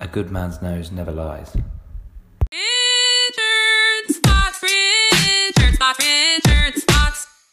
A good man's nose never lies.